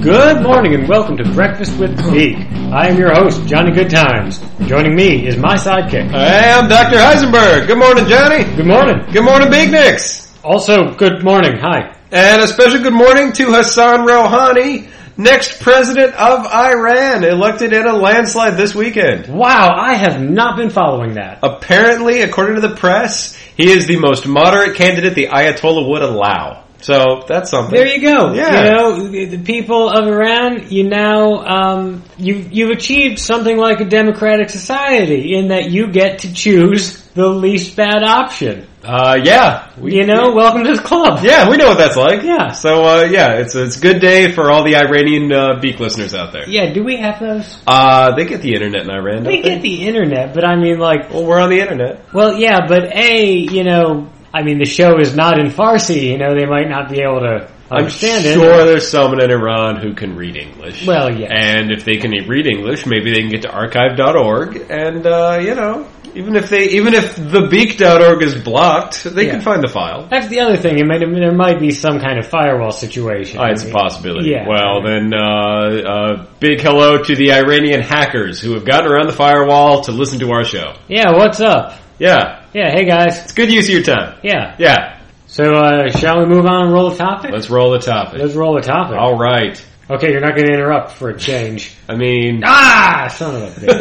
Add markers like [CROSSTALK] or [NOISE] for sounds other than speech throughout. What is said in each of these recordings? Good morning and welcome to Breakfast with Geek. I am your host, Johnny Goodtimes. Joining me is my sidekick. Hey, I'm Dr. Heisenberg. Good morning, Johnny. Good morning. Good morning, Big Nicks. Also, good morning. Hi. And a special good morning to Hassan Rouhani, next president of Iran, elected in a landslide this weekend. Wow, I have not been following that. Apparently, according to the press, he is the most moderate candidate the Ayatollah would allow. So that's something. There you go. Yeah. You know, the the people of Iran, you now, um, you, you've achieved something like a democratic society in that you get to choose the least bad option. uh, yeah. We- You know, welcome to the club. yeah, we know what that's like. Yeah. So uh, yeah, it's it's a good day for all the Iranian uh, Beak listeners out there. Yeah, do we have those? Uh, they get the internet in Iran. Don't We get the internet, but I mean, like, Well, we're on the internet. Well, yeah, but a you know, I mean, the show is not in Farsi. You know, they might not be able to understand I'm it. sure there's someone in Iran who can read English. Well, yeah. And if they can read English, maybe they can get to archive.org and uh, you know, even if they even if thebeak.org is blocked, they Yeah. can find the file. That's the other thing. It might there might be some kind of firewall situation. Uh, it's a possibility. Yeah. Well, then, uh, uh, big hello to the Iranian hackers who have gotten around the firewall to listen to our show. Yeah. What's up? Yeah, Yeah. Hey guys. it's good use of your time. Yeah. Yeah, So uh, shall we move on and roll the topic? let's roll the topic. Let's roll the topic. All right. Okay, you're not going to interrupt for a change. I mean, [LAUGHS] Ah, son of a bitch.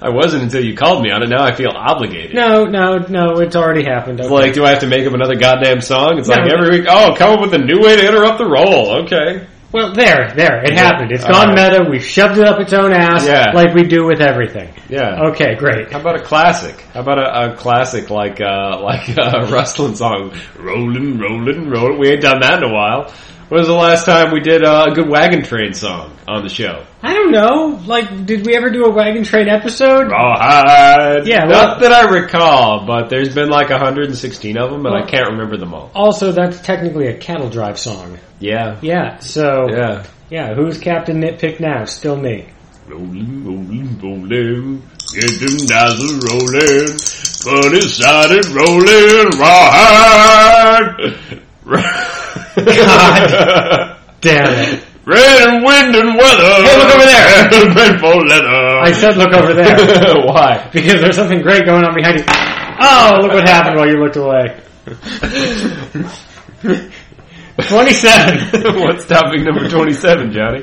I wasn't until you called me on it. Now I feel obligated. No, no, no. It's already happened. Okay. It's like, do I have to make up another goddamn song? It's No. like every week, oh, come up with a new way to interrupt the roll. Okay. Well, there, there. It Yeah. happened. It's All gone right. meta. We've shoved it up its own ass, Yeah. like we do with everything. Yeah. Okay, great. How about a classic? How about a, a classic like uh, [LAUGHS] like a wrestling song? Rolling, rolling, rolling. We ain't done that in a while. When was the last time we did uh, a good wagon train song on the show? I don't know. Like, did we ever do a wagon train episode? Rawhide. Yeah, well- Not that I recall, but there's been like 116 of them, and Well- I can't remember them all. Also, that's technically a cattle drive song. Yeah. Yeah. So yeah, Yeah. who's Captain Nitpick now? Still me. Rolling, rolling, rolling. Get them nozzles rolling. Funny sided rolling. [LAUGHS] Rawhide. God. Damn it! Rain and wind and weather. Hey, look over [LAUGHS] there. Painful leather. I said look over there [LAUGHS] [LAUGHS] Why? because there's something great going on behind you. Oh, look what happened while you looked away. Twenty-seven. [LAUGHS] What's topic number 27, Johnny?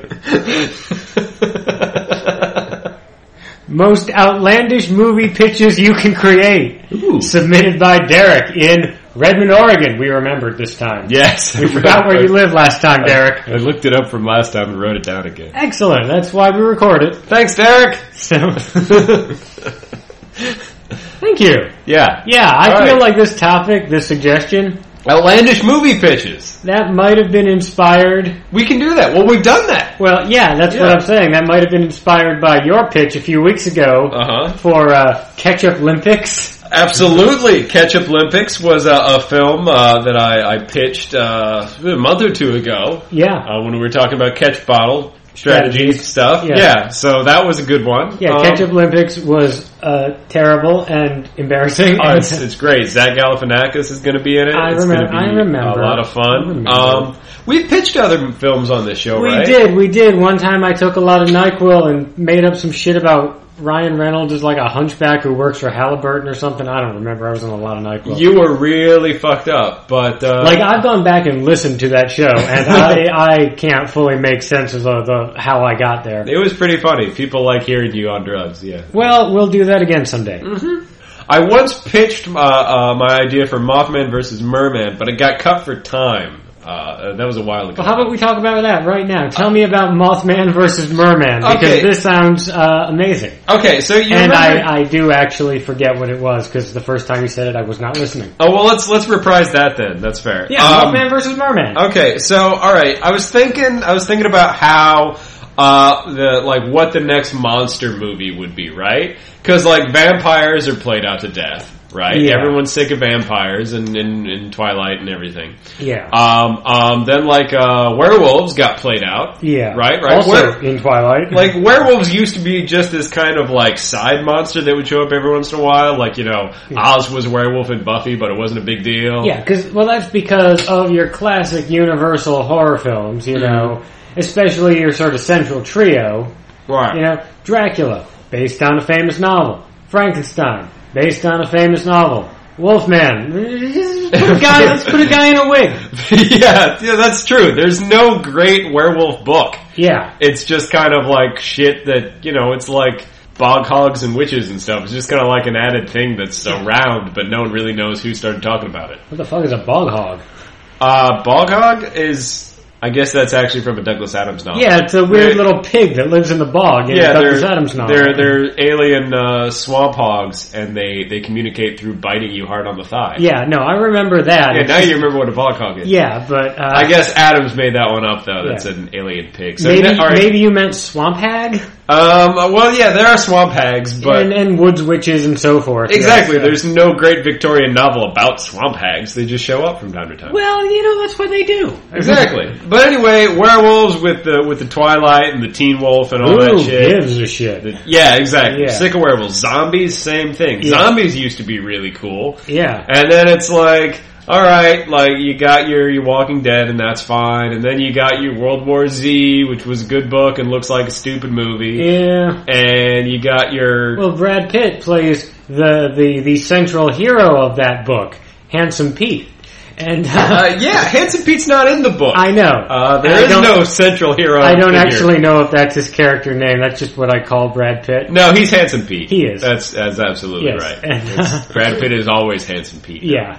Most outlandish movie pitches you can create. [LAUGHS] Ooh. Submitted by Derek in Redmond, Oregon. We remembered this time. Yes. We forgot where you lived last time, Derek. I looked it up from last time and wrote it down again. Excellent. That's why we record it. Thanks, Derek. [LAUGHS] So, [LAUGHS] thank you. yeah. Yeah, I All feel right. like this topic, this suggestion, Outlandish movie pitches. that might have been inspired. We can do that. Well, we've done that. Well, yeah, that's what Yeah. I'm saying. That might have been inspired by your pitch a few weeks ago Uh huh. for uh, Ketchup Olympics. Absolutely. Ketchup Olympics was a, a film uh, that I, I pitched uh, a month or two ago Yeah. uh, when we were talking about catch bottle strategy Strategies. stuff. Yeah. Yeah. So that was a good one. Yeah, Um, Ketchup Olympics was uh, terrible and embarrassing. [LAUGHS] Oh, it's, it's great. Zach Galifianakis is going to be in it. I it's remem- gonna be I remember. A lot of I fun. remember. Um, we pitched other films on this show, we [LAUGHS] right? did, we did. One time I took a lot of NyQuil and made up some shit about Ryan Reynolds is like a hunchback who works for Halliburton or something. I don't remember. I was on a lot of NyQuil. You were really fucked up, but uh, Like I've gone back and listened to that show, and I [LAUGHS] I can't fully make sense of the, the how I got there. it was pretty funny. People like hearing you on drugs. Yeah. Well, we'll do that again someday. Mm-hmm. I once pitched uh, uh, my idea for Mothman versus Merman, but it got cut for time. Uh, that was a while ago. Well, how about we talk about that right now? Tell me about Mothman versus Merman because Okay. this sounds uh, amazing, okay, so you and remember? I, I do actually forget what it was because the first time you said it, I was not listening. oh well, let's let's reprise that then. That's fair. Yeah, Um, Mothman versus Merman. Okay, so all right, I was thinking, I was thinking about how uh, the like what the next monster movie would be, right? Because like vampires are played out to death. right? Yeah. Everyone's sick of vampires and, and, and Twilight and everything. Yeah. Um, um, then like uh, werewolves got played out. yeah. right, right. Also Where- in Twilight. Like werewolves used to be just this kind of like side monster that would show up every once in a while. Like you know, Oz was a werewolf in Buffy, but it wasn't a big deal. Yeah, because well, that's because of your classic Universal horror films, Mm-hmm. you know, especially your sort of central trio. right. You know, Dracula, based on a famous novel. Frankenstein, based on a famous novel. Wolfman, let's put a guy, let's put a guy in a wig. [LAUGHS] yeah, yeah, that's true. There's no great werewolf book. Yeah, It's just kind of like shit that you know. It's like bog hogs and witches and stuff. It's just kind of like an added thing that's around, but no one really knows who started talking about it. what the fuck is a bog hog? Uh, bog hog is, I guess that's actually from a Douglas Adams novel. Yeah, it's a weird They- little pig that lives in the bog in Yeah, Douglas they're, Adams novel. they're they're alien uh, swamp hogs, and they, they communicate through biting you hard on the thigh. yeah, no, I remember that. Yeah, now you remember what a bog hog is. Yeah, but uh, I guess Adams made that one up though. That's Yeah. an alien pig. So maybe ne- all right. maybe you meant swamp hag Um, uh, well, yeah, there are swamp hags, but and, and woods witches and so forth. uh, exactly, Yeah, so- there's no great Victorian novel about swamp hags. They just show up from time to time. Well, you know that's what they do. exactly. But anyway, werewolves with the with the Twilight and the Teen Wolf and all Who that shit. gives a shit? Yeah, exactly. Yeah. Sick of werewolves. Zombies, same thing. Yeah. Zombies used to be really cool. Yeah, And then it's like, all right, like you got your your Walking Dead, and that's fine. And then you got your World War Z, which was a good book and looks like a stupid movie. yeah. And you got your Well, Brad Pitt plays the the the central hero of that book, Handsome Pete, and [LAUGHS] uh, uh, yeah, Handsome Pete's not in the book. I know uh, I there is don't- no central hero. I don't figure. actually know if that's his character name. That's just what I call Brad Pitt. No, he's Handsome Pete. He is. That's that's absolutely Yes. right. And, [LAUGHS] It's- uh, Brad Pitt is always Handsome Pete. [LAUGHS] Yeah,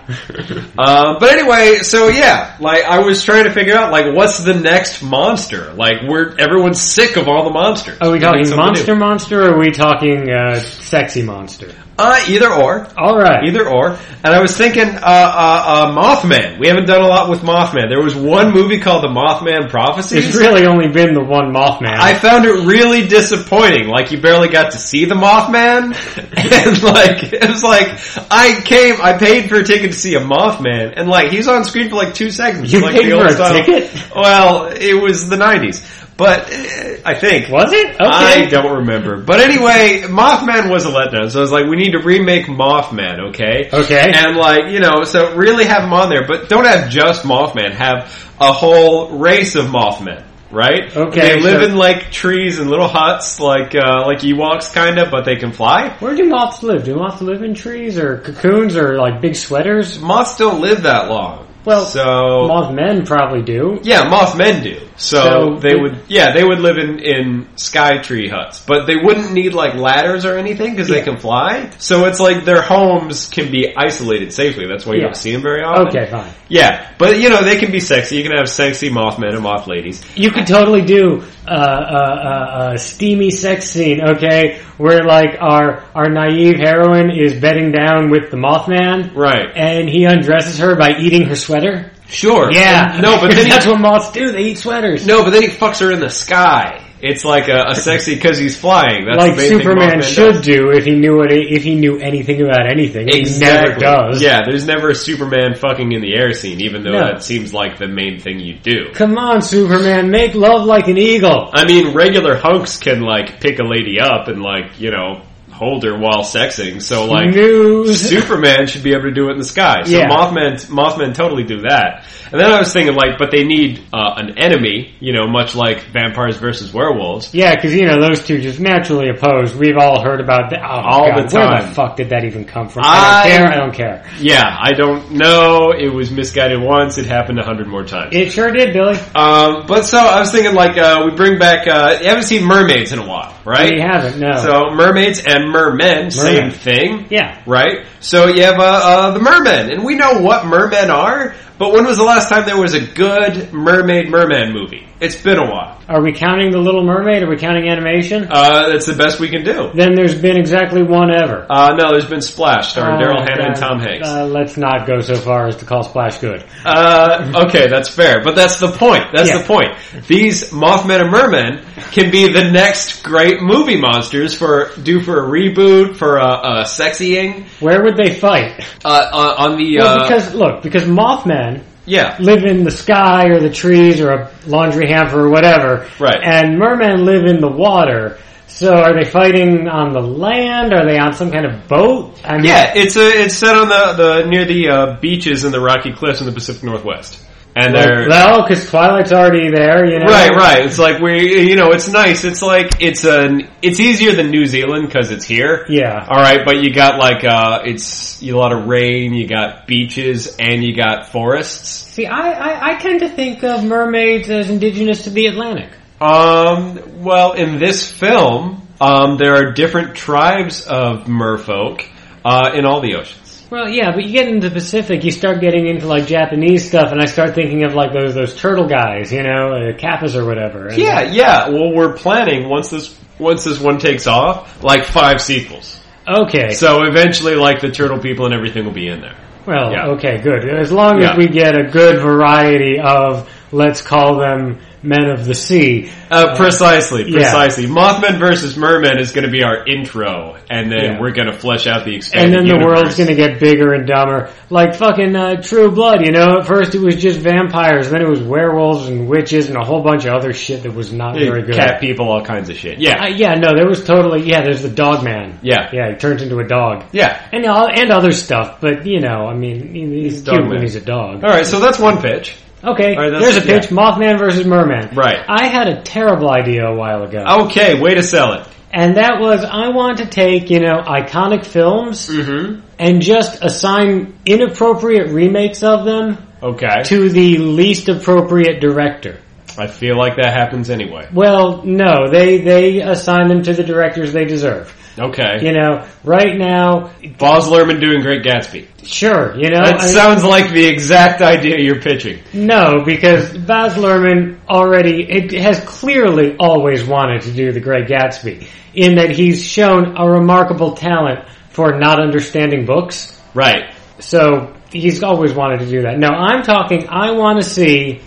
Um, but anyway, so yeah, like I was trying to figure out, like, what's the next monster? Like, we're everyone's sick of all the monsters. are Oh, we We need talking something monster new. monster or are we talking uh, sexy monster? Uh, either or, All right, either or. And I was thinking, uh, uh, uh, Mothman. We haven't done a lot with Mothman. There was one movie called The Mothman Prophecies. it's really only been the one Mothman. I found it really disappointing. Like you barely got to see the Mothman, [LAUGHS] and like it was like I came, I paid for a ticket to see a Mothman, and like he's on screen for like two seconds. You like paid for a style. ticket? Well, it was the nineties, but eh, I think was it? Okay. I don't remember. But anyway, Mothman was a letdown. So I was like, we need to remake Mothman, okay? Okay. And like, you know, so really have him on there, but don't have just Mothman. Have a whole race of Mothman. Right? Okay, They live so- in like trees and little huts, like uh, like Ewoks, kind of, but they can fly. Where do moths live? Do moths live in trees or cocoons or like big sweaters? Moths don't live that long. Well, so Mothmen probably do. Yeah, Mothmen do. So, So they they- would, yeah, they would live in, in sky tree huts, but they wouldn't need like ladders or anything because they Yeah. can fly. So it's like their homes can be isolated safely. That's why you Yeah. don't see them very often. Okay, fine. Yeah, but you know, they can be sexy. You can have sexy Mothmen and Moth ladies. You could totally do a uh, uh, uh, a steamy sex scene, okay, where like our our naive heroine is bedding down with the Mothman, Right. and he undresses her by eating her sweater. Sure. Yeah, And- [LAUGHS] no, but then he, that's what moths do. They eat sweaters. no, but then he fucks her in the sky. It's like a, a sexy because he's flying. That's the like main thing Superman Mothman should does. do if he knew what if he knew anything about anything. He never does. Yeah, there's never a Superman fucking in the air scene, even though No. that seems like the main thing you do. Come on, Superman, make love like an eagle. I mean, regular hunks can like pick a lady up and like you know hold her while sexing. So like News. Superman should be able to do it in the sky. So Yeah. Mothman, Mothman totally do that. And then I was thinking like, but they need uh, an enemy, you know, much like vampires versus werewolves. Yeah, because you know those two just naturally opposed. We've all heard about that. Oh, All God, the Where time. the fuck did that even come from? I, I- don't care. I don't care. Yeah, I don't know. It was misguided once. It happened a hundred more times. It sure did, Billy. um, but so I was thinking like uh, we bring back. Uh, you haven't seen mermaids in a while, right? We haven't. No. So mermaids and mermen, same Mermen. thing. yeah. right? So you have uh, uh, the mermen, and we know what mermen are. But when was the last time there was a good mermaid merman movie? It's been a while. Are we counting The Little Mermaid? Are we counting animation? Uh, that's the best we can do. then there's been exactly one ever. Uh, no, there's been Splash starring Uh, Daryl Hannah and uh, Tom Hanks. Uh, let's not go so far as to call Splash good. Uh, okay, that's fair, but that's the point. That's Yeah. the point. These Mothman and Mermen can be the next great movie monsters for due for a reboot, for a, a sexying Where would they fight? uh, on on the Well, uh, because look, because Mothman yeah. live in the sky or the trees or a laundry hamper or whatever. Right. And mermen live in the water. So are they fighting on the land? Are they on some kind of boat? I mean, Yeah, it's a, it's set on the, the near the uh, beaches and the rocky cliffs in the Pacific Northwest, and they're Well, because Twilight's already there, you know. right, right. It's like we, you know, it's nice. It's like it's an it's easier than New Zealand because it's here. Yeah. All right, but you got like uh, it's a lot of rain. You got beaches and you got forests. See, I, I, I tend to think of mermaids as indigenous to the Atlantic. Um, well, in this film, um, there are different tribes of merfolk uh, in all the oceans. Well, yeah, but you get into the Pacific, you start getting into like Japanese stuff, and I start thinking of like those those turtle guys, you know, uh, kappas or whatever. And- Yeah, yeah. Well, we're planning once this once this one takes off, like five sequels. Okay. So eventually, like the turtle people and everything will be in there. Well, Yeah. okay, good. As long Yeah. as we get a good variety of, let's call them men of the sea. Uh, precisely, yeah. precisely. Mothman versus Merman is going to be our intro, and then Yeah. we're going to flesh out the And expanded then the universe. world's gonna get bigger and dumber. Like fucking uh, True Blood, you know? At first it was just vampires, then it was werewolves and witches and a whole bunch of other shit that was not very good. cat people, all kinds of shit. Uh, Yeah, yeah, no, there was totally, yeah, there's the dog man. yeah, yeah. Yeah, he turns into a dog. And, all- and other stuff, but you know, I mean, he- he's Dog cute man. when he's a dog. All right, so that's one pitch. Okay, All right, that's- there's a pitch, Mothman versus Merman. Right. I had a terrible idea a while ago. Okay, way to sell it. And that was, I want to take, you know, iconic films Mm-hmm. and just assign inappropriate remakes of them Okay, to the least appropriate director. I feel like that happens anyway. Well, no, they, they assign them to the directors they deserve. Okay, You know, right now, Boz Lerman doing Great Gatsby. sure, you know. That I mean, sounds like the exact idea you're pitching. no, because Baz Luhrmann already, it has clearly always wanted to do The Great Gatsby in that he's shown a remarkable talent for not understanding books. Right. So he's always wanted to do that. No, I'm talking. I want to see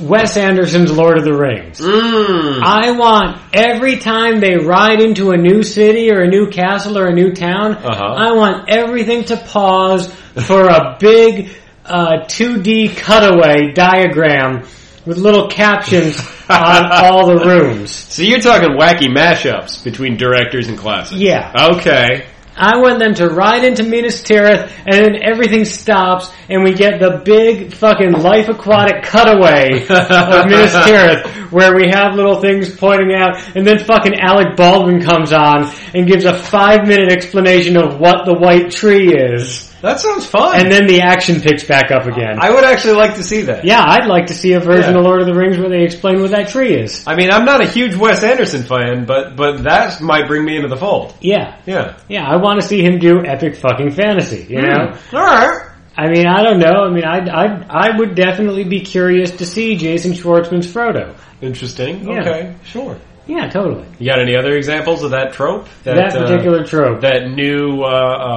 Wes Anderson's Lord of the Rings. Mm. I want every time they ride into a new city or a new castle or a new town, Uh-huh. I want everything to pause for a big uh, 2D cutaway diagram with little captions on all the rooms. So you're talking wacky mashups between directors and classics. Yeah. Okay. I want them to ride into Minas Tirith, and then everything stops, and we get the big fucking life aquatic cutaway [LAUGHS] of Minas Tirith, where we have little things pointing out, and then fucking Alec Baldwin comes on and gives a five minute explanation of what the white tree is, That sounds fun. and then the action picks back up again. I would actually like to see that. yeah, I'd like to see a version Yeah. of Lord of the Rings where they explain what that tree is. I mean, I'm not a huge Wes Anderson fan, but but that might bring me into the fold. Yeah. Yeah. Yeah, I want to see him do epic fucking fantasy, you know? Hmm. All right. I mean, I don't know. I mean, I I I would definitely be curious to see Jason Schwartzman's Frodo. Interesting. Yeah. Okay. Sure. Yeah, totally. You got any other examples of that trope? That, uh, particular trope. that new uh,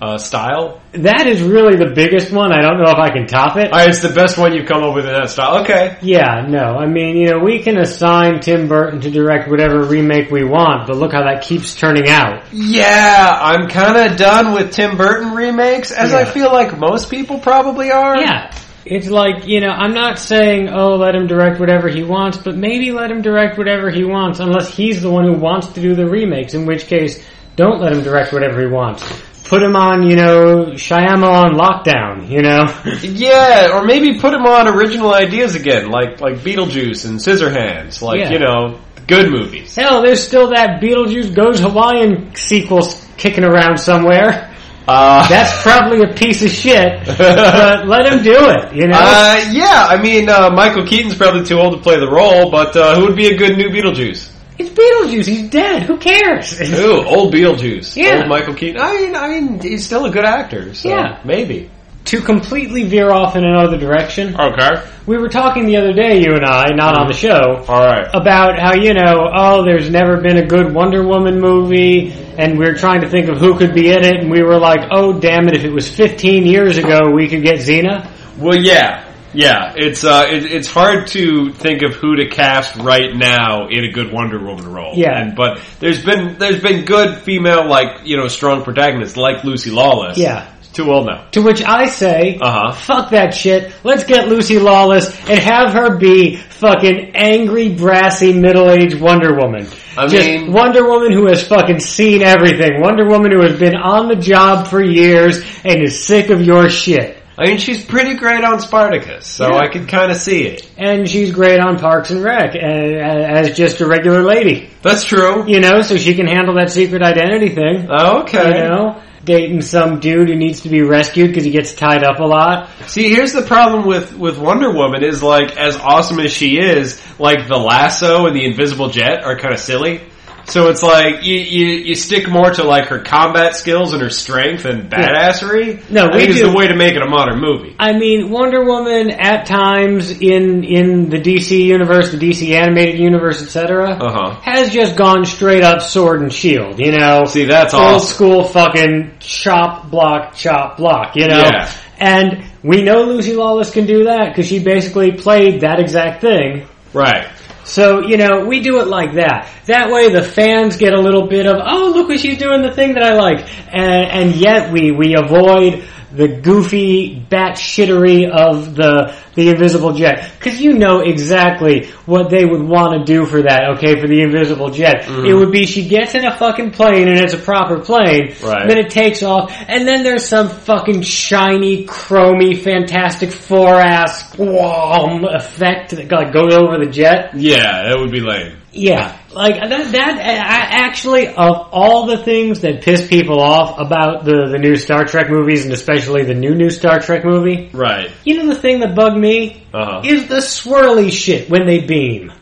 uh, uh, style. that is really the biggest one. I don't know if I can top it. All right, it's the best one you've come up with in that style. Okay. yeah, no. I mean, you know, we can assign Tim Burton to direct whatever remake we want, but look how that keeps turning out. Yeah, I'm kind of done with Tim Burton remakes, as I Yeah. feel like most people probably are. Yeah. It's like, you know, I'm not saying, oh, let him direct whatever he wants, but maybe let him direct whatever he wants, unless he's the one who wants to do the remakes, in which case, don't let him direct whatever he wants. Put him on, you know, Shyamalan lockdown, you know? [LAUGHS] Yeah, or maybe put him on original ideas again, like like Beetlejuice and Scissorhands, like Yeah. you know, good movies. Hell, there's still that Beetlejuice Goes Hawaiian sequel s- kicking around somewhere. Uh, That's probably a piece of shit, but let him do it, you know? [LAUGHS] uh, yeah. I mean, uh, Michael Keaton's probably too old to play the role, but uh, who would be a good new Beetlejuice? it's Beetlejuice, he's dead, who cares? [LAUGHS] Ooh, old Beetlejuice. Yeah. Old Michael Keaton. I mean, I mean, he's still a good actor. So Yeah. Maybe. to completely veer off in another direction, Okay. we were talking the other day, you and I, not on the show, All right. about how you know, oh, there's never been a good Wonder Woman movie, and we are trying to think of who could be in it, and we were like, oh, damn it, if it was 15 years ago, we could get Xena. Well, yeah, yeah. It's uh, it, it's hard to think of who to cast right now in a good Wonder Woman role. Yeah. And, but there's been there's been good female like you know strong protagonists like Lucy Lawless. Yeah. She's Too old now. To which I say, Uh huh. fuck that shit. Let's get Lucy Lawless and have her be fucking angry, brassy, middle-aged Wonder Woman. I Just mean- Wonder Woman who has fucking seen everything. Wonder Woman who has been on the job for years and is sick of your shit. I mean, she's pretty great on Spartacus, so Yeah. I could kind of see it. And she's great on Parks and Rec and, as just a regular lady, That's true. you know, so she can handle that secret identity thing. Okay. You know, dating some dude who needs to be rescued because he gets tied up a lot. See, here's the problem with with Wonder Woman is like as awesome as she is, like the lasso and the invisible jet are kind of silly. So it's like you, you you stick more to like her combat skills and her strength and badassery. No, I we think is do- the way to make it a modern movie. I mean, Wonder Woman at times in in the DC universe, the DC animated universe, etc., Uh huh. has just gone straight up sword and shield. You know, See, that's old awesome. school fucking chop block, chop block. You know, Yeah. and we know Lucy Lawless can do that because she basically played that exact thing. Right. So, you know, we do it like that. That way the fans get a little bit of, oh, look what she's doing, the thing that I like. And, and yet we, we avoid the goofy bat shittery of the, the invisible jet. Cause you know exactly what they would want to do for that, okay, for the invisible jet. It would be she gets in a fucking plane and it's a proper plane. Right. Then it takes off and then there's some fucking shiny, chromy, fantastic four ass squam effect that like, goes over the jet. Yeah, that would be lame. Yeah, like that. That I actually, of all the things that piss people off about the the new Star Trek movies, and especially the new new Star Trek movie, Right. you know the thing that bugged me Uh huh. is the swirly shit when they beam.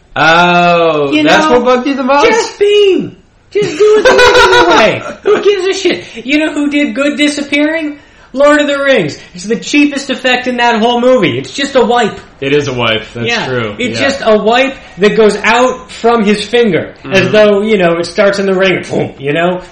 Oh, You that's know, what bugged you the most. Just beam. Just do it the regular way. Who gives a shit? You know who did good disappearing? Lord of the Rings. It's the cheapest effect in that whole movie. It's just a wipe. It is a wife. That's yeah, true. It's Yeah. just a wipe that goes out from his finger, Mm-hmm. as though you know it starts in the ring. boom, You know,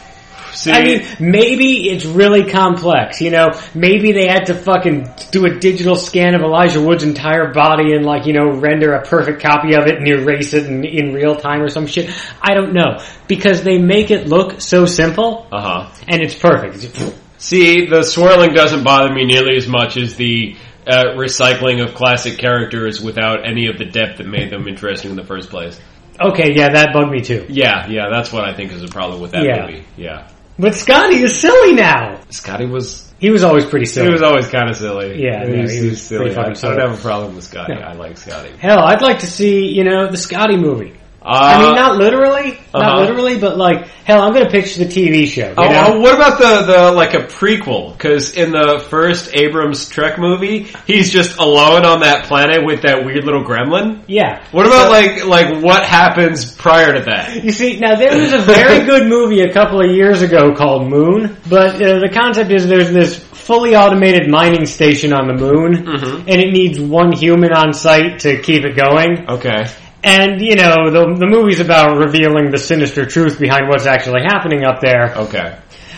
See, I mean, maybe it's really complex. You know, maybe they had to fucking do a digital scan of Elijah Wood's entire body and like you know render a perfect copy of it and erase it in, in real time or some shit. I don't know because they make it look so simple uh huh. and it's perfect. It's just- See, the swirling doesn't bother me nearly as much as the uh, recycling of classic characters without any of the depth that made them interesting in the first place. okay, yeah, that bugged me too. Yeah, yeah, that's what I think is a problem with that Yeah. movie. Yeah, But Scotty is silly now. Scotty was He was always pretty silly. he was always kind of silly. Yeah, no, he was pretty fucking I, I silly. don't have a problem with Scotty. No. I like Scotty. Hell, I'd like to see, you know, the Scotty movie. Uh, I mean, not literally, not uh-huh. literally, but like, hell, I'm gonna picture the TV show. You Oh, know? oh, what about the, the like a prequel? Because in the first Abrams Trek movie, he's just alone on that planet with that weird little gremlin. Yeah. What about like like what happens prior to that? You see, now there was a [LAUGHS] very good movie a couple of years ago called Moon, but uh, the concept is there's this fully automated mining station on the moon, Mm-hmm. and it needs one human on site to keep it going. Okay. And, you know, the, the movie's about revealing the sinister truth behind what's actually happening up there. Okay.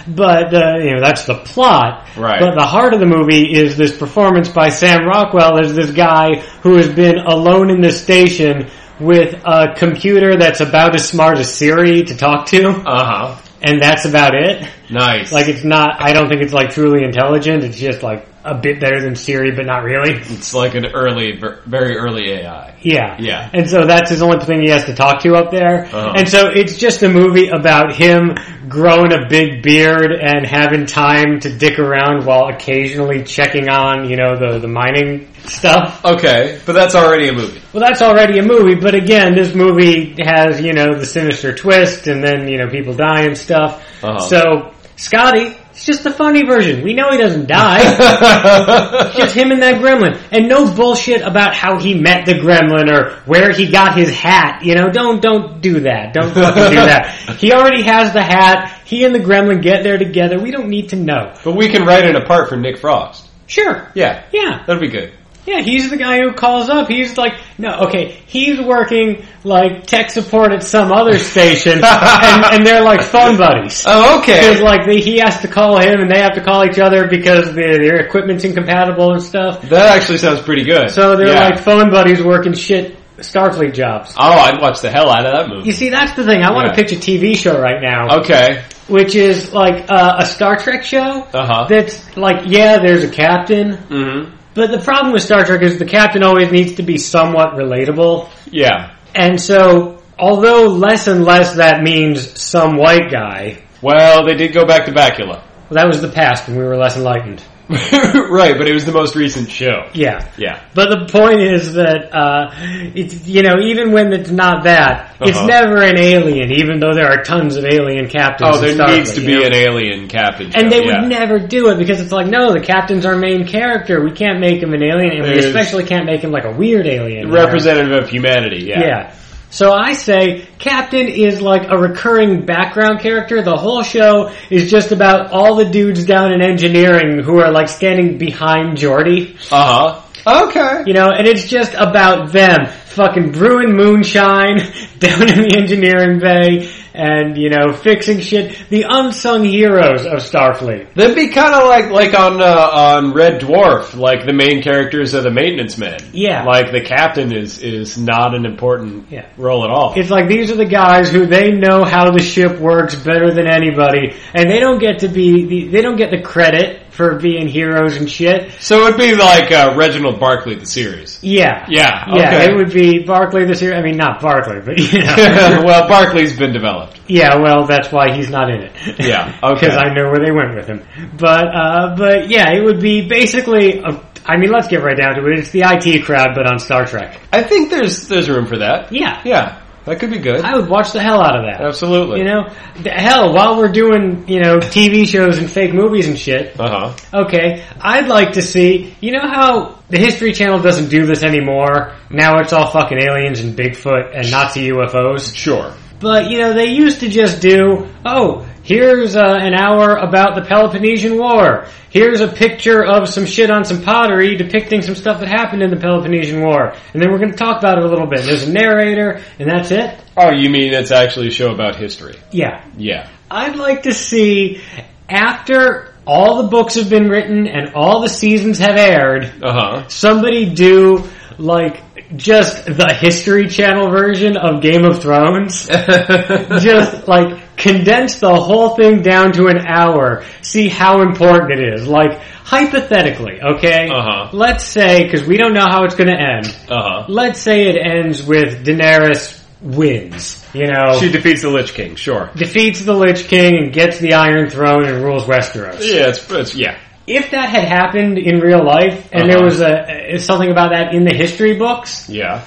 But uh, you know that's the plot. Right. But the heart of the movie is this performance by Sam Rockwell as this guy who has been alone in this station with a computer that's about as smart as Siri to talk to, Uh huh. and that's about it. Nice. Like it's not. I don't think it's like truly intelligent. It's just like a bit better than Siri, but not really. it's like an early, ver- very early AI. Yeah. Yeah. And so that's his only thing he has to talk to up there. Uh-huh. And so it's just a movie about him growing a big beard and having time to dick around while occasionally checking on, you know, the, the mining stuff. Okay, but that's already a [LAUGHS] movie. Well, that's already a movie, but again, this movie has, you know, the sinister twist and then, you know, people die and stuff. Uh-huh. So, Scotty, it's just the funny version. We know he doesn't [LAUGHS] die. Just him and that gremlin. And no bullshit about how he met the gremlin or where he got his hat. You know, don't don't do that. Don't fucking do [LAUGHS] that. He already has the hat. He and the gremlin get there together. We don't need to know. but we can write it apart from Nick Frost. Sure. Yeah, Yeah. that'd be good. Yeah, he's the guy who calls up. He's like, no, okay, he's working like tech support at some other [LAUGHS] station, and, and they're like phone buddies. Oh, Because okay. like the, he has to call him, and they have to call each other because the, their equipment's incompatible and stuff. That actually sounds pretty good. So they're Yeah. like phone buddies working shit Starfleet jobs. oh, I'd watch the hell out of that You movie. see, that's the thing. I want Yeah. Oh. to pitch a TV show right now, Okay. which is like uh, a Star Trek show. Uh huh. That's like, yeah, there's a captain, Mm-hmm. but the problem with Star Trek is the captain always needs to be somewhat relatable. Yeah. And so, although less and less that means some white guy, Well, they did go back to Bacula. [LAUGHS] well, that was the past when we were less enlightened. right, but it was the most recent show. Yeah. Yeah. But the point is that, uh, it's, you know, even when it's not that, it's Uh-huh. never an alien, even though there are tons of alien captains. Oh, there in Starfleet, needs to you be know? an alien captain. And they show, yeah. would never do it because it's like, no, the captain's our main character. We can't make him an alien, and There's- we especially can't make him like a weird alien. representative of humanity. Yeah. Yeah. So I say Captain is like a recurring background character. The whole show is just about all the dudes down in engineering who are like standing behind Geordi, Uh huh. Okay. you know, and it's just about them fucking brewing moonshine [LAUGHS] down in the engineering bay and, you know, fixing shit. The unsung heroes of Starfleet. That'd be kind of like like on uh, on Red Dwarf. Like the main characters are the maintenance men. Yeah. Like the captain is is not an important Yeah. role at all. It's like these are the guys who they know how the ship works better than anybody, and they don't get to be the, they don't get the credit for being heroes and shit. so it'd be like uh, Reginald Barclay the series. [LAUGHS] Yeah, Yeah. yeah. okay. It would be Barclay this year. I mean, not Barclay, but you [LAUGHS] know. well, Barclay's been developed. yeah. Well, that's why he's not in it. [LAUGHS] Yeah, okay. Because I know where they went with him. But uh, but yeah, it would be basically. A, I mean, let's get right down to it. It's the IT crowd, but on Star Trek. I think there's there's room for that. Yeah, Yeah, that could be good. I would watch the hell out of that. Absolutely. You know, D- hell, while we're doing, you know, TV shows and fake movies and shit, Uh huh. okay, I'd like to see, you know how the History Channel doesn't do this anymore? Now it's all fucking aliens and Bigfoot and Nazi UFOs. Sure. But, you know, they used to just do, oh, here's uh, an hour about the Peloponnesian War. Here's a picture of some shit on some pottery depicting some stuff that happened in the Peloponnesian War. And then we're going to talk about it a little bit. There's a narrator, and that's it? Oh, you mean it's actually a show about history? Yeah. Yeah. I'd like to see after all the books have been written and all the seasons have aired, Uh [LAUGHS] huh. somebody do like just the History Channel version of Game of Thrones. just like condense the whole thing down to an hour. See how important it is. Like hypothetically, okay? Uh-huh. Let's say because we don't know how it's going to end. Uh huh. Let's say it ends with Daenerys wins. You know, She defeats the Lich King. Sure. defeats the Lich King and gets the Iron Throne and rules Westeros. Yeah. It's, it's yeah. If that had happened in real life and Uh-huh. there was a, a something about that in the history books, Yeah.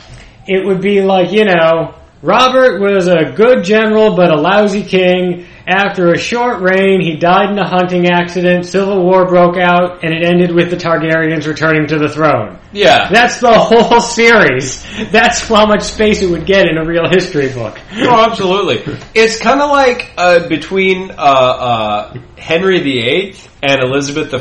it would be like, you know, Robert was a good general but a lousy king. After a short reign, he died in a hunting accident, civil war broke out, and it ended with the Targaryens returning to the throne. Yeah. [LAUGHS] That's the [LAUGHS] whole series. That's how much space it would get in a real history book. Oh, absolutely. It's kind of like uh, between uh, uh, Henry VIII and Elizabeth I.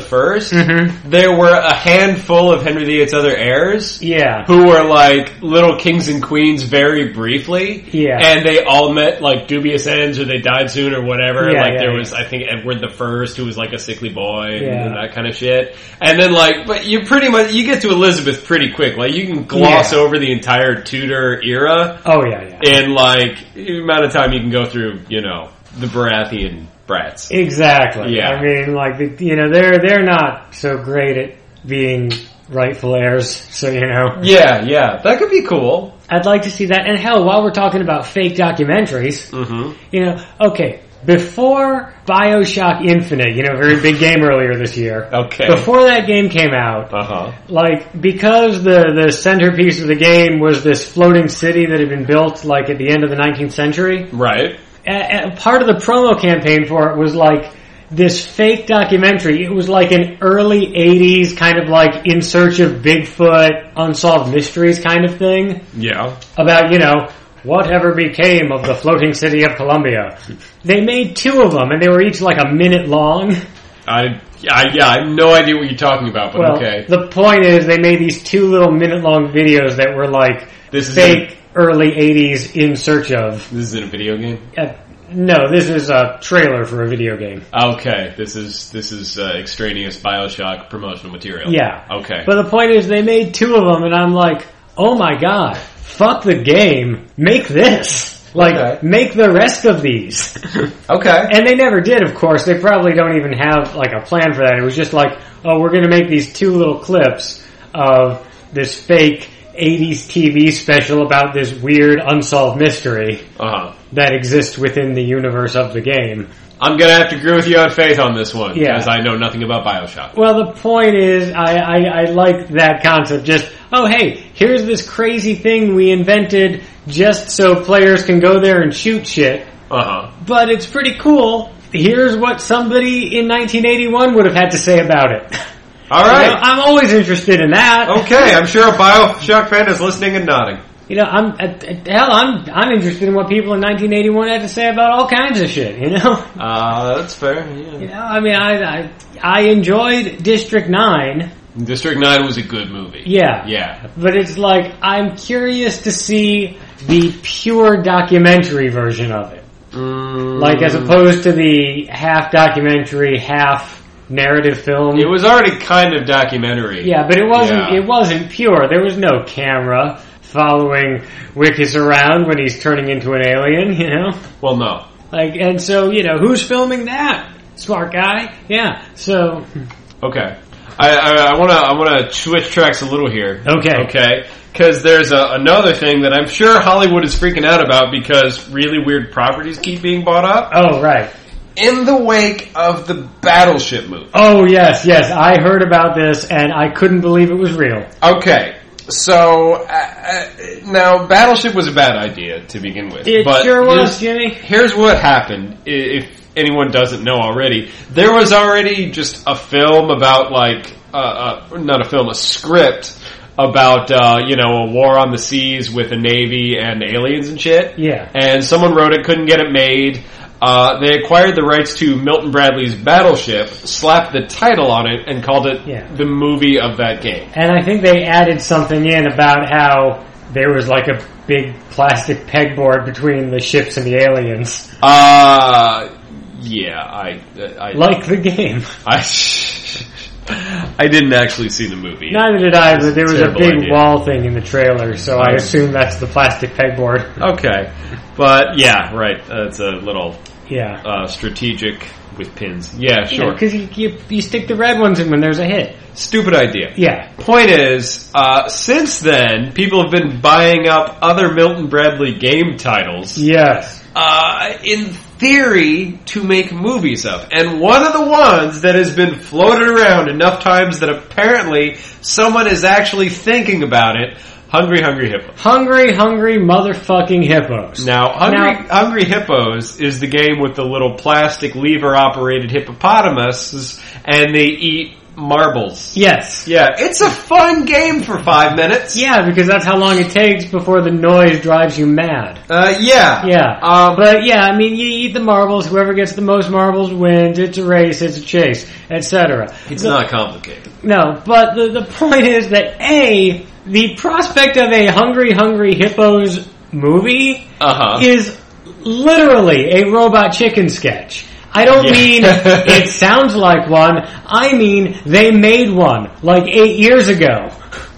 There were a handful of Henry VIII's other heirs Mm-hmm. Yeah. who were like little kings and queens very briefly. Yeah. And they all met like dubious ends or they died soon or whatever. Yeah, like yeah, there yeah. was, I think, Edward the First who was like a sickly boy Yeah. and that kind of shit. And then like, but you pretty much, you get to Elizabeth pretty quick. Like you can gloss Yeah. over the entire Tudor era Oh yeah, yeah. in like the amount of time you can go through, you know, the Baratheon brats. Exactly. Yeah. I mean, like the, you know, they're they're not so great at being rightful heirs. So you know, Yeah, yeah, that could be cool. I'd like to see that. And hell, while we're talking about fake documentaries, Mm-hmm. you know, okay, before Bioshock Infinite, you know, very big game earlier this year. Okay. Before that game came out, Uh huh. like because the the centerpiece of the game was this floating city that had been built like at the end of the 19th century. Right. a- a- part of the promo campaign for it was like this fake documentary. It was like an early 80s kind of like in search of Bigfoot, unsolved mysteries kind of thing Yeah. about, you know, whatever became of the floating city of Columbia. They made two of them and they were each like a minute long. I, I yeah, I have no idea what you're talking about, but Well, okay. the point is they made these two little minute long videos that were like This is fake early 80s in search of. This is in a video game. Uh, no, this is a trailer for a video game. Okay, this is this is uh, extraneous Bioshock promotional material. Yeah. Okay. [LAUGHS] But the point is they made two of them and I'm like, "Oh my god, fuck the game. Make this." Like Okay. make the rest of these. [LAUGHS] okay. And they never did, of course. They probably don't even have like a plan for that. It was just like, oh, we're going to make these two little clips of this fake 80s TV special about this weird unsolved mystery Uh huh. that exists within the universe of the game. I'm gonna have to agree with you on faith on this one Yeah. because I know nothing about Bioshock. Well, the point is, I, I, I like that concept. Just, oh, hey, here's this crazy thing we invented just so players can go there and shoot shit. Uh huh. But it's pretty cool. Here's what somebody in 1981 would have had to say about it. [LAUGHS] All You know, right. I'm always interested in that. Okay, I'm sure a Bioshock fan is listening and nodding. You know, I'm at, at- hell. I'm I'm interested in what people in 1981 had to say about all kinds of shit. You know, [LAUGHS] Uh, that's fair. Yeah. you know. I mean, I I, I enjoyed District Nine. District Nine was a good movie. Yeah. Yeah. But it's like I'm curious to see the pure documentary version of it, Mm, like as opposed to the half documentary, half narrative film. It was already kind of documentary. Yeah, but it wasn't. Yeah. It wasn't pure. There was no camera following Wickus around when he's turning into an alien. You know, Well, no. like, and so you know, who's filming that? Smart guy. Yeah. So Okay. I, I, I wanna I wanna switch tracks a little here. okay. Okay. Because there's a, another thing that I'm sure Hollywood is freaking out about because really weird properties keep being bought up Oh right. in the wake of the Battleship movie. Oh yes, yes. I heard about this and I couldn't believe it was real. Okay. So uh, uh, now Battleship was a bad idea to begin with. It but sure was, here's- Jimmy. here's what happened i- if anyone doesn't know already there was already just a film about like uh, uh, not a film a script about uh, you know a war on the seas with the navy and aliens and shit Yeah. and someone wrote it couldn't get it made uh, they acquired the rights to Milton Bradley's Battleship, slapped the title on it, and called it Yeah. the movie of that game. And I think they added something in about how there was like a big plastic pegboard between the ships and the aliens, Uh, yeah, I, I, like the game. I, I [LAUGHS] didn't actually see the movie. Neither did I, but there was a Terrible big idea. Uh, wall thing in the trailer, so I assume that's the plastic pegboard. Okay, but yeah, right. That's a little Yeah. uh, strategic with pins. Yeah, sure. Because you, you, you stick the red ones in when there's a hit. Stupid idea. Yeah. Point is, uh, since then, people have been buying up other Milton Bradley game titles, Yes. uh, in theory, to make movies of. And one of the ones that has been floated around enough times that apparently someone is actually thinking about it, Hungry Hungry Hippo. Hungry, hungry motherfucking hippos. Now, Hungry, Now- Hungry Hippos is the game with the little plastic lever operated hippopotamuses, and they eat marbles. Yes. Yeah, it's a fun game for five minutes. Yeah, because that's how long it takes before the noise drives you mad. Uh, yeah. Yeah. Um, But yeah, I mean, you eat the marbles. Whoever gets the most marbles wins. It's a race. It's a chase, etc. it's not complicated. No, but the, the point is that A, the prospect of a Hungry Hungry Hippos movie Uh huh. is literally a robot chicken sketch. I don't Yeah. mean it sounds like one, I mean they made one like eight years ago.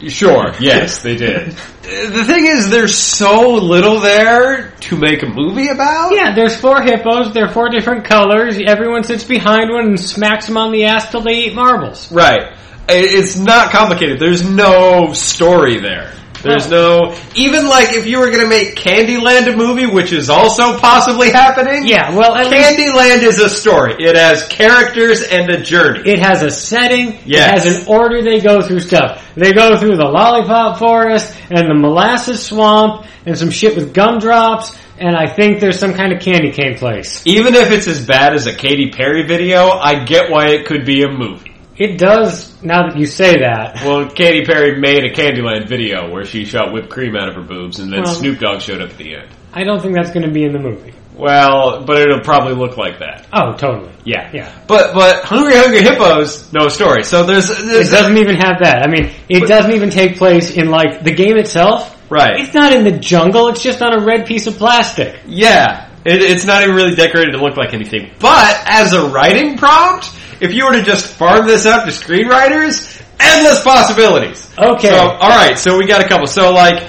Sure. Yes, they did. [LAUGHS] the thing is, there's so little there to make a movie about. Yeah, there's four hippos, they're four different colors, everyone sits behind one and smacks them on the ass till they eat marbles. Right. I- It's not complicated. There's no story there. There's no even like if you were going to make Candyland a movie, which is also possibly happening. Yeah, well at least Candyland is a story. It has characters and a journey. It has a setting. Yes. It has an order they go through stuff. They go through the lollipop forest and the molasses swamp and some shit with gumdrops and I think there's some kind of candy cane place. Even if it's as bad as a Katy Perry video, I get why it could be a movie. It does, now that you say that. Well, Katy Perry made a Candyland video where she shot whipped cream out of her boobs, and then Well- Snoop Dogg showed up at the end. I don't think that's going to be in the movie. Well, but it'll probably look like that. Oh, totally. Yeah, Yeah. But but Hungry Hungry Hippos, no story. So there's, It there's doesn't even have that. I mean, it doesn't even take place in like the game itself. right. It's not in the jungle. It's just on a red piece of plastic. Yeah, it, it's not even really decorated to look like anything. But as a writing prompt, if you were to just farm this out to screenwriters, endless possibilities. Okay. So all right, so we got a couple. So like,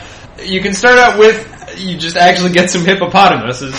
you can start out with you just actually get some hippopotamuses,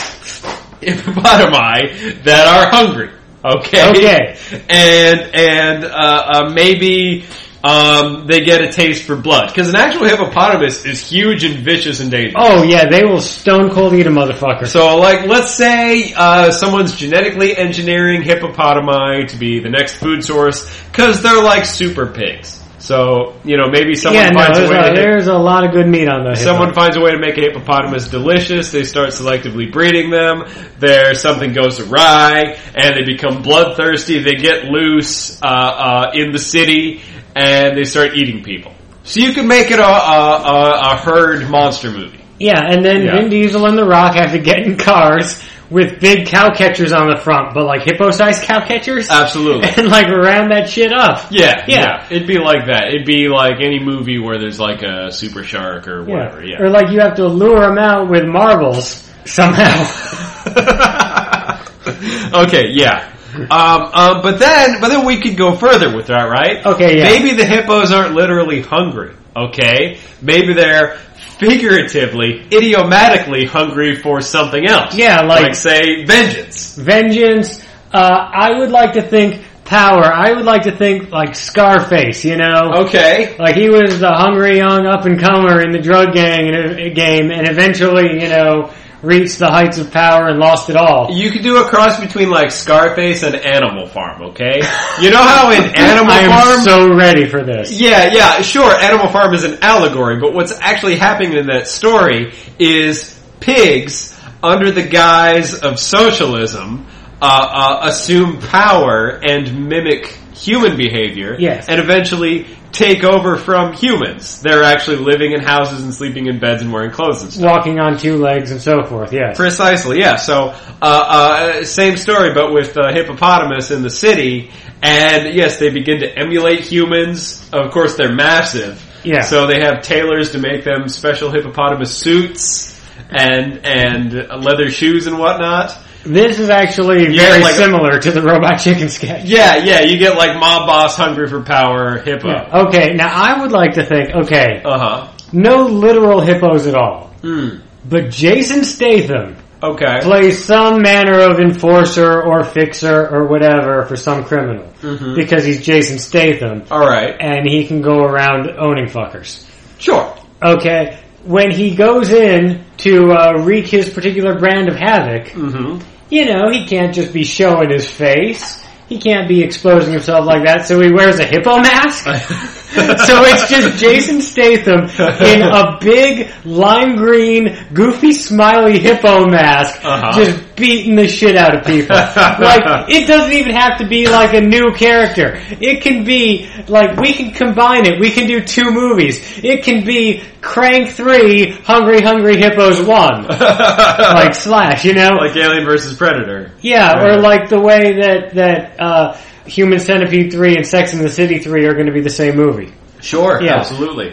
[LAUGHS] hippopotami that are hungry. Okay. Okay. And and uh, uh, maybe. Um, they get a taste for blood because an actual hippopotamus is huge and vicious and dangerous. Oh yeah, they will stone cold eat a motherfucker. So, like, let's say uh, someone's genetically engineering hippopotami to be the next food source because they're like super pigs. So, you know, maybe someone yeah, no, finds a there's way. a, to there's a lot of good meat on the. hippo. Someone finds a way to make a hippopotamus delicious. They start selectively breeding them. There, something goes awry, and they become bloodthirsty. They get loose uh, uh, in the city, and they start eating people. So you can make it a, a, a, a herd monster movie. Yeah, and then Yeah. Vin Diesel and The Rock have to get in cars with big cow catchers on the front, but like hippo-sized cow catchers, [LAUGHS] Absolutely. [LAUGHS] and like round that shit up. Uh, Yeah, Yeah. yeah, It'd be like that. It'd be like any movie where there's like a super shark or whatever. Yeah. Or like you have to lure them out with marbles somehow. [LAUGHS] [LAUGHS] okay. Yeah. Um, um, but then, but then we could go further with that, right? Okay, yeah. Maybe the hippos aren't literally hungry. Okay. Maybe they're figuratively, idiomatically hungry for something else. Yeah, like- say vengeance. Vengeance. Uh, I would like to think power. I would like to think like Scarface. You know. Oh. Okay. Like he was the hungry young up and comer in the drug gang and, uh, game, and eventually, you know, reached the heights of power and lost it all. You could do a cross between like Scarface and Animal [LAUGHS] Farm, okay? You know how in Oh, Animal I am Farm so ready for this. Yeah, yeah, sure. Animal Farm is an allegory, but what's actually happening in that story is pigs, under the guise of socialism, uh, uh, assume power and mimic human behavior, Yes. and eventually take over from humans. They're actually living in houses and sleeping in beds and wearing clothes and stuff. Walking on two legs and so forth. Yes. Precisely, yeah. So, uh, uh, same story, but with uh, hippopotamus in the city, and yes, they begin to emulate humans. Of course, they're massive, Yeah. So they have tailors to make them special hippopotamus suits and and leather shoes and whatnot. This is actually Yeah, very like- similar to the robot chicken sketch. Yeah, yeah. You get like mob boss hungry for power hippo. Okay, now I would like to think, okay, Uh huh. no literal hippos at all, Mm. but Jason Statham Okay. plays some manner of enforcer or fixer or whatever for some criminal Mm-hmm. because he's Jason Statham. All right. and he can go around owning fuckers. Sure. Okay, when he goes in to uh, wreak his particular brand of havoc, Mm-hmm. you know, he can't just be showing his face. He can't be exposing himself like that, so he wears a hippo mask. [LAUGHS] so it's just [LAUGHS] Jason Statham in a big lime green, goofy, smiley hippo mask, Uh-huh. just beating the shit out of people. like it doesn't even have to be like a new character. It can be like we can combine it. We can do two movies. It can be Crank Three, Hungry Hungry Hippos One, [LAUGHS] like Slash. You know, like Alien versus Predator. yeah, or Right. like the way that that uh, Human Centipede three and Sex and the City three are going to be the same movie. Sure, Yeah. absolutely.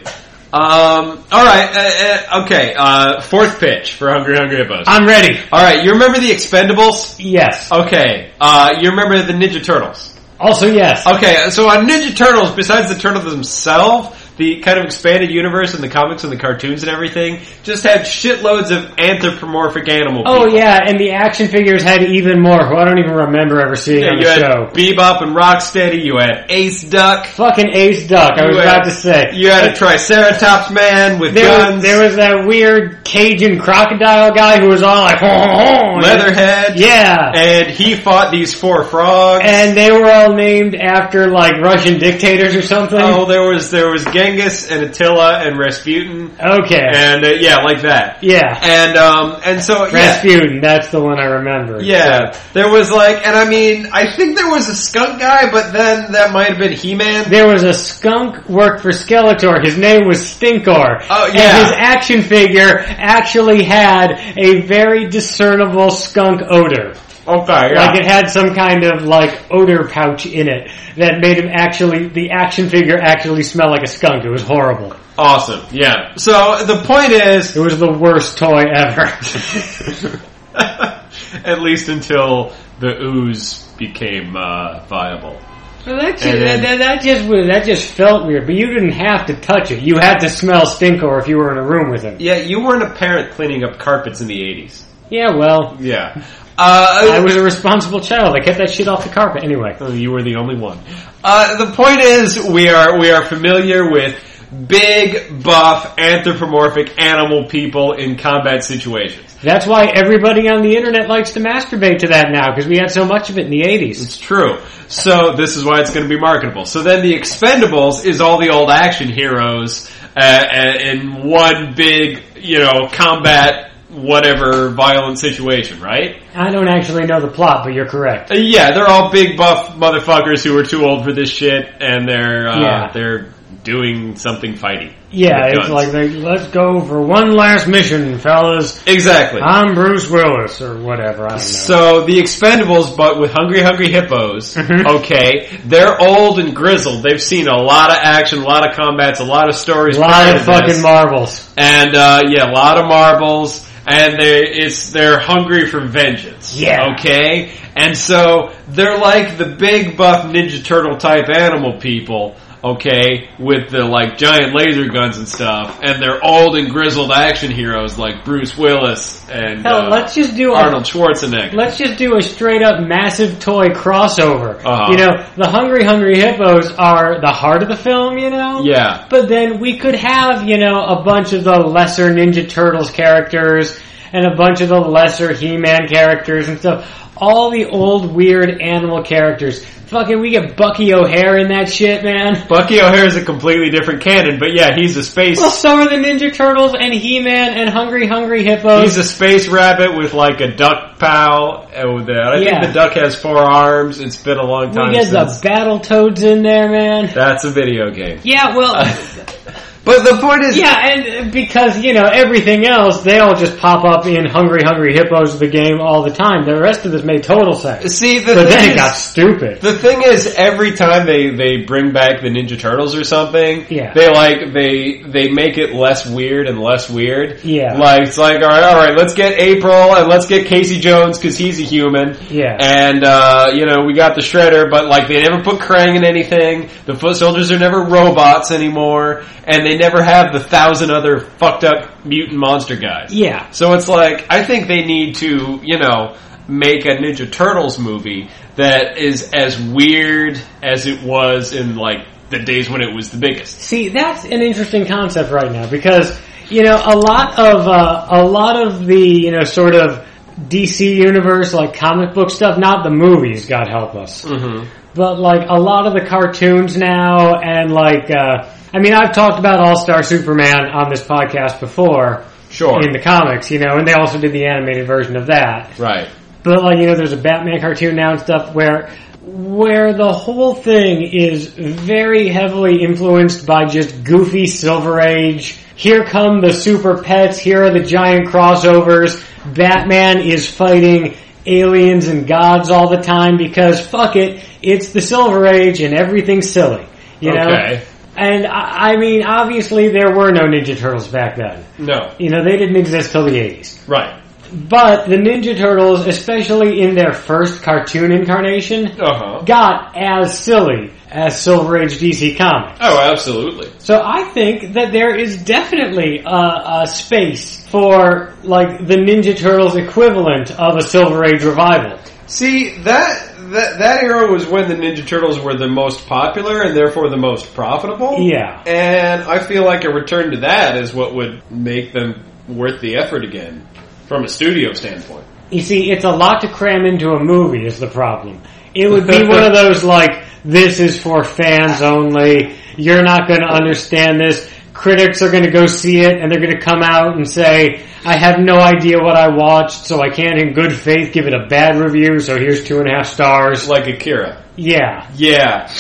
Um, all right, uh, uh, okay. Uh, fourth pitch for Hungry Hungry Hippos. I'm ready. all right, you remember the Expendables? Yes. Okay, uh, you remember the Ninja Turtles? Also yes. Okay, so on Ninja Turtles, besides the turtles themselves, the kind of expanded universe and the comics and the cartoons and everything just had shitloads of anthropomorphic animal. Oh people. yeah, and the action figures had even more. Who I don't even remember ever seeing on you the had show. Bebop and Rocksteady. You had Ace Duck. Fucking Ace Duck. I was you had- about to say. you had a Triceratops man with there guns. was, there was that weird Cajun crocodile guy who was all like, "Ho, ho, ho," and- Leatherhead. Yeah. And he fought these four frogs. And they were all named after like Russian dictators or something. oh, there was there was Genghis and Attila and Rasputin, Okay. and uh, yeah, like that. yeah. And um, and so yeah, Rasputin, that's the one I remember. yeah, there was like, and I mean, I think there was a skunk guy, but then that might have been He Man. There was a skunk worked for Skeletor. His name was Stinkor. Oh, And yeah. his action figure actually had a very discernible skunk odor. Okay, yeah. Like it had some kind of like odor pouch in it that made him actually the action figure actually smell like a skunk. It was horrible. awesome. Yeah. So the point is, [LAUGHS] It was the worst toy ever. at least until the ooze became uh, viable. Well, that, just, And then- that, that just was- that just felt weird. But you didn't have to touch it. You had to smell Stinkor if you were in a room with him. Yeah, you weren't a parent cleaning up carpets in the eighties. Yeah, well, Yeah. I Uh, was a responsible child. I kept that shit off the carpet anyway. Oh, You were the only one. Uh, the point is, we are we are familiar with big, buff, anthropomorphic animal people in combat situations. That's why everybody on the internet likes to masturbate to that now because we had so much of it in the '80s. It's true. So this is why it's going to be marketable. So then, the Expendables is all the old action heroes uh, uh, in one big, you know, combat whatever violent situation, right? I don't actually know the plot, but you're correct. Uh, yeah, they're all big buff motherfuckers who are too old for this shit, and they're uh, Yeah. they're doing something fighty. Yeah, With it's guns. like they, let's go for one last mission, fellas. Exactly. I'm Bruce Willis or whatever. I don't know. So the Expendables, but with Hungry Hungry Hippos. Mhm. Okay, they're old and grizzled. They've seen a lot of action, a lot of combats, a lot of stories, a lot prior of to this. fucking marbles. and uh, yeah, a lot of marbles. And they it's they're hungry for vengeance. Yeah. Okay, and so they're like the big buff Ninja Turtle type animal people. Okay, with the like giant laser guns and stuff, and they're old and grizzled action heroes like Bruce Willis and Hell, uh, let's just do a Arnold Schwarzenegger. Let's just do a straight up massive toy crossover. Uh-huh. You know, the Hungry Hungry Hippos are the heart of the film, you know? Yeah. But then we could have, you know, a bunch of the lesser Ninja Turtles characters and a bunch of the lesser He Man characters and stuff. All the old weird animal characters. Fucking, we get Bucky O'Hare in that shit, man. [LAUGHS] Bucky O'Hare is a completely different canon, but yeah, he's a space. [LAUGHS] Well, so are the Ninja Turtles and He Man and Hungry Hungry Hippos. He's a space rabbit with like a duck pal. And with that. I Yeah. think the duck has four arms. It's been a long we time get since. the Battle Toads in there, man. That's a video game. Yeah, well, [LAUGHS] But the point is, Yeah, and because you know everything else, they all just pop up in Hungry Hungry Hippos the game all the time. The rest of this made total sense, see, the but then thing it got is, stupid. the thing is, every time they they bring back the Ninja Turtles or something, Yeah. they like they they make it less weird and less weird. Yeah. like it's like all right, all right, let's get April and let's get Casey Jones because he's a human. Yeah. and uh, you know we got the Shredder, but like they never put Krang in anything. The foot soldiers are never robots anymore, and they never have the thousand other fucked up mutant monster guys. Yeah, So it's like I think they need to, you know, make a Ninja Turtles movie that is as weird as it was in like the days when it was the biggest. see, that's an interesting concept right now because you know a lot of uh, a lot of the you know sort of DC universe like comic book stuff, not the movies. God help us. Mm-hmm. but like a lot of the cartoons now and like uh, i mean i've talked about all-star superman on this podcast before Sure. in the comics you know and they also did the animated version of that Right. but like you know, there's a Batman cartoon now and stuff where where the whole thing is very heavily influenced by just goofy Silver Age. Here come the super pets. Here are the giant crossovers. Batman is fighting aliens and gods all the time because fuck it, it's the Silver Age and everything's silly. You know. Okay. And I, I mean, obviously there were no Ninja Turtles back then. No. You know, they didn't exist till the eighties. Right. But the Ninja Turtles, especially in their first cartoon incarnation, Uh huh. got as silly as Silver Age DC Comics. Oh, absolutely. So I think that there is definitely a, a space for like the Ninja Turtles equivalent of a Silver Age revival. See that that that era was when the Ninja Turtles were the most popular and therefore the most profitable. Yeah. And I feel like a return to that is what would make them worth the effort again from a studio standpoint. You see, it's a lot to cram into a movie is the problem. It would be one of those like This is for fans only. You're not going to understand this. Critics are going to go see it and they're going to come out and say, I have no idea what I watched, so I can't in good faith give it a bad review, so here's two and a half stars. Like Akira. Yeah. Yeah.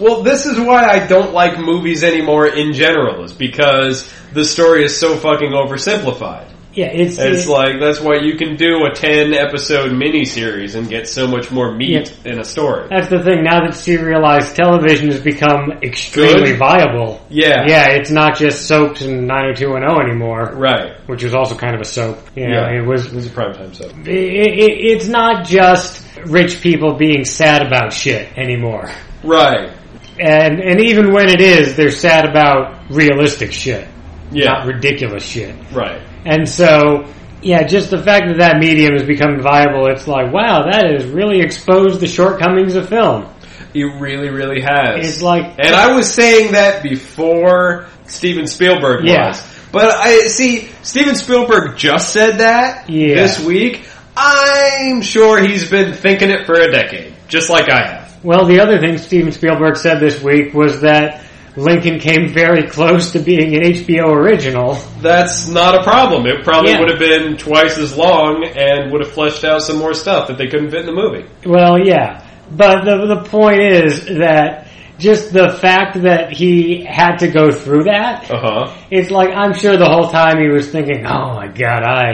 Well, this is why I don't like movies anymore in general, is because the story is so fucking oversimplified. Yeah, it's, It's it- like, that's why you can do a 10 episode miniseries and get so much more meat in a story. that's the thing. Now that serialized television has become extremely Good. viable. Yeah. Yeah, it's not just soaps oh and 90210 anymore, Right. which was also kind of a soap. You know, Yeah. it was, It was a primetime soap. it, it, it's not just rich people being sad about shit anymore. Right. And, and even when it is, they're sad about realistic shit, not Yeah. ridiculous shit. Right. And so, yeah, just the fact that that medium has become viable, it's like, wow, that has really exposed the shortcomings of film. It really, really has. It's like, And I was saying that before Steven Spielberg Yeah. was. But I see Steven Spielberg just said that Yeah. this week. I'm sure he's been thinking it for a decade, just like I have. well, the other thing Steven Spielberg said this week was that Lincoln came very close to being an HBO original. That's not a problem. It probably Yeah. would have been twice as long and would have fleshed out some more stuff that they couldn't fit in the movie. Well, yeah, but the the point is that just the fact that he had to go through that, Uh huh. it's like I'm sure the whole time he was thinking, "Oh my god, I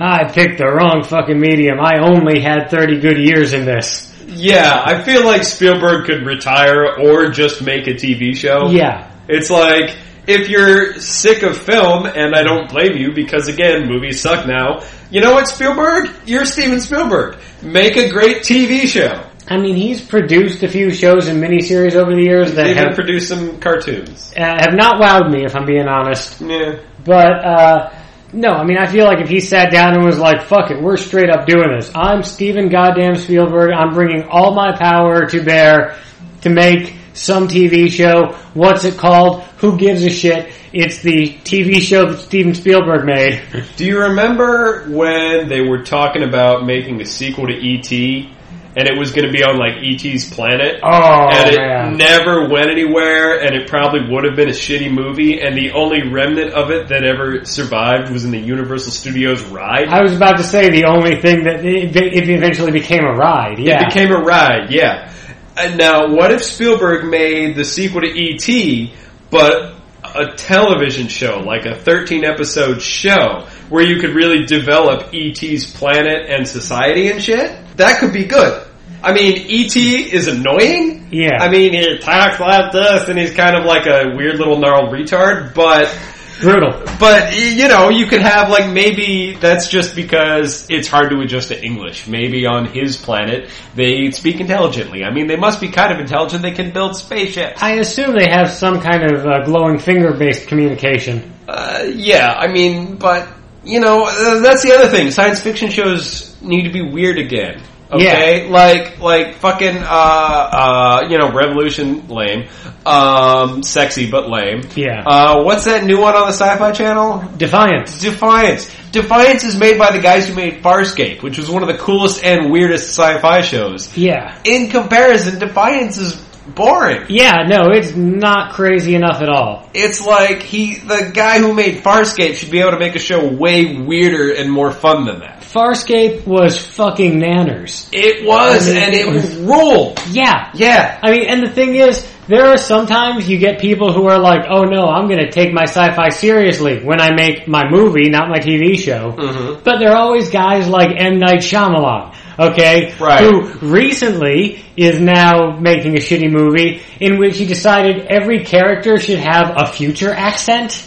I picked the wrong fucking medium. I only had 30 good years in this." Yeah, I feel like Spielberg could retire or just make a TV show. Yeah. It's like if you're sick of film, and I don't blame you because again, movies suck now. You know what, Spielberg? You're Steven Spielberg. Make a great TV show. I mean, he's produced a few shows and miniseries over the years that Even have, produce some cartoons. uh, have not wowed me, if I'm being honest. Yeah. But uh, no, I mean, I feel like if he sat down and was like, "Fuck it, we're straight up doing this. I'm Steven Goddamn Spielberg. I'm bringing all my power to bear to make some TV show. What's it called? Who gives a shit? It's the TV show that Steven Spielberg made. Do you remember when they were talking about making a sequel to ET, and it was going to be on like ET's planet? [LAUGHS] Oh and it man, never went anywhere, and it probably would have been a shitty movie. And the only remnant of it that ever survived was in the Universal Studios ride. I was about to say the only thing that it, it eventually became a ride. Yeah, It became a ride, yeah. And now, what if Spielberg made the sequel to E.T., but a television show, like a 13 episode show, where you could really develop E.T.'s planet and society and shit? That could be good. I mean, E.T. is annoying. Yeah. I mean, he talks like this and he's kind of like a weird little gnarled retard, but. brutal. But y- you know, you could have like maybe that's just because it's hard to adjust to English. Maybe on his planet they speak intelligently. I mean, they must be kind of intelligent. They can build spaceships. I assume they have some kind of uh, glowing finger based communication. Uh, yeah, I mean, but you know, uh, that's the other thing. Science fiction shows need to be weird again. Okay, like like fucking uh, uh, you know, Revolution lame, um, sexy but lame. Yeah. Uh, what's that new one on the Sci-Fi Channel? Defiance. Defiance. Defiance is made by the guys who made Farscape, which was one of the coolest and weirdest sci-fi shows. Yeah. In comparison, Defiance is boring. Yeah, no, it's not crazy enough at all. It's like he, the guy who made Farscape, should be able to make a show way weirder and more fun than that. Farscape was fucking nanners. It was, I mean, and it it was- ruled. Yeah. Yeah. I mean, and the thing is, there are sometimes you get people who are like, oh no, I'm gonna take my sci-fi seriously when I make my movie, not my TV show. Mhm. But there are always guys like M. Night Shyamalan, okay? Right. Who recently is now making a shitty movie in which he decided every character should have a future [LAUGHS] accent.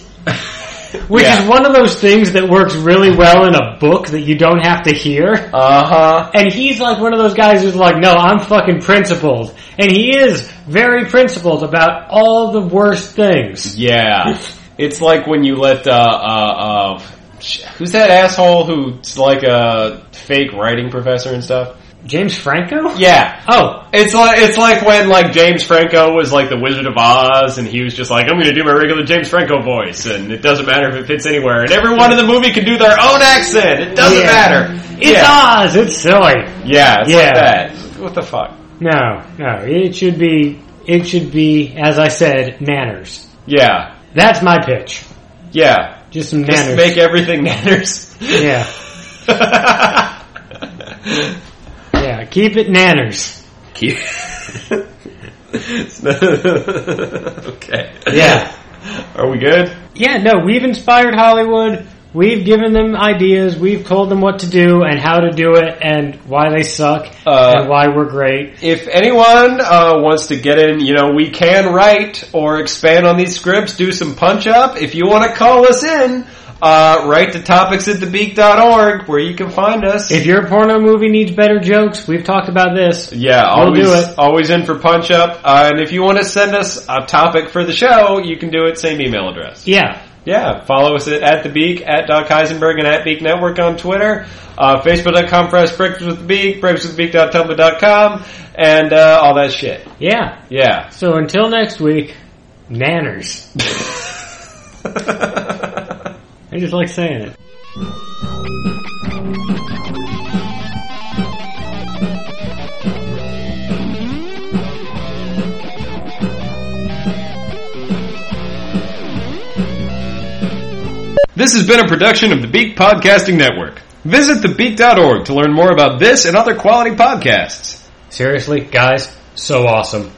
Which Yeah. is one of those things that works really well in a book that you don't have to hear. Uh-huh. And he's like one of those guys who's like, no, I'm fucking principled. And he is very principled about all the worst things. [LAUGHS] Yeah. It's like when you let, uh, uh, uh, sh- who's that asshole who's like a fake writing professor and stuff? James Franco? Yeah. Oh, It's like it's like when like James Franco was like the Wizard of Oz, and he was just like, "I'm going to do my regular James Franco voice, and it doesn't matter if it fits anywhere." And everyone in the movie can do their own accent; it doesn't Yeah. matter. it's yeah, Oz! It's silly. yeah, it's Yeah. like that. What the fuck? No, no. It should be it should be as I said, manners. Yeah, That's my pitch. yeah. Just some Just manners. make everything [LAUGHS] manners. yeah, yeah. Keep it nanners. Keep. [LAUGHS] okay. Yeah. Are we good? Yeah, no, we've inspired Hollywood. We've given them ideas. We've told them what to do and how to do it and why they suck Uh, and why we're great. If anyone uh, wants to get in, you know, we can write or expand on these scripts, do some punch up. If you want to call us in, uh, write to topics at thebeak.org where you can find us. If your porno movie needs better jokes, we've talked about this. yeah, We'll always, do it. always in for punch up. Uh, and if you want to send us a topic for the show, you can do it same email address. Yeah. Yeah, follow us at, at the Beak, at Doc Heisenberg, and at Beak Network on Twitter. Uh, Facebook.com slash Breakfast with the Beak, breakfastwiththebeak.tumblr.com, and uh, all that shit. Yeah. Yeah. So until next week, nanners. I just like saying it. [LAUGHS] This has been a production of the Beak Podcasting Network. Visit thebeak.org to learn more about this and other quality podcasts. Seriously, guys, so awesome.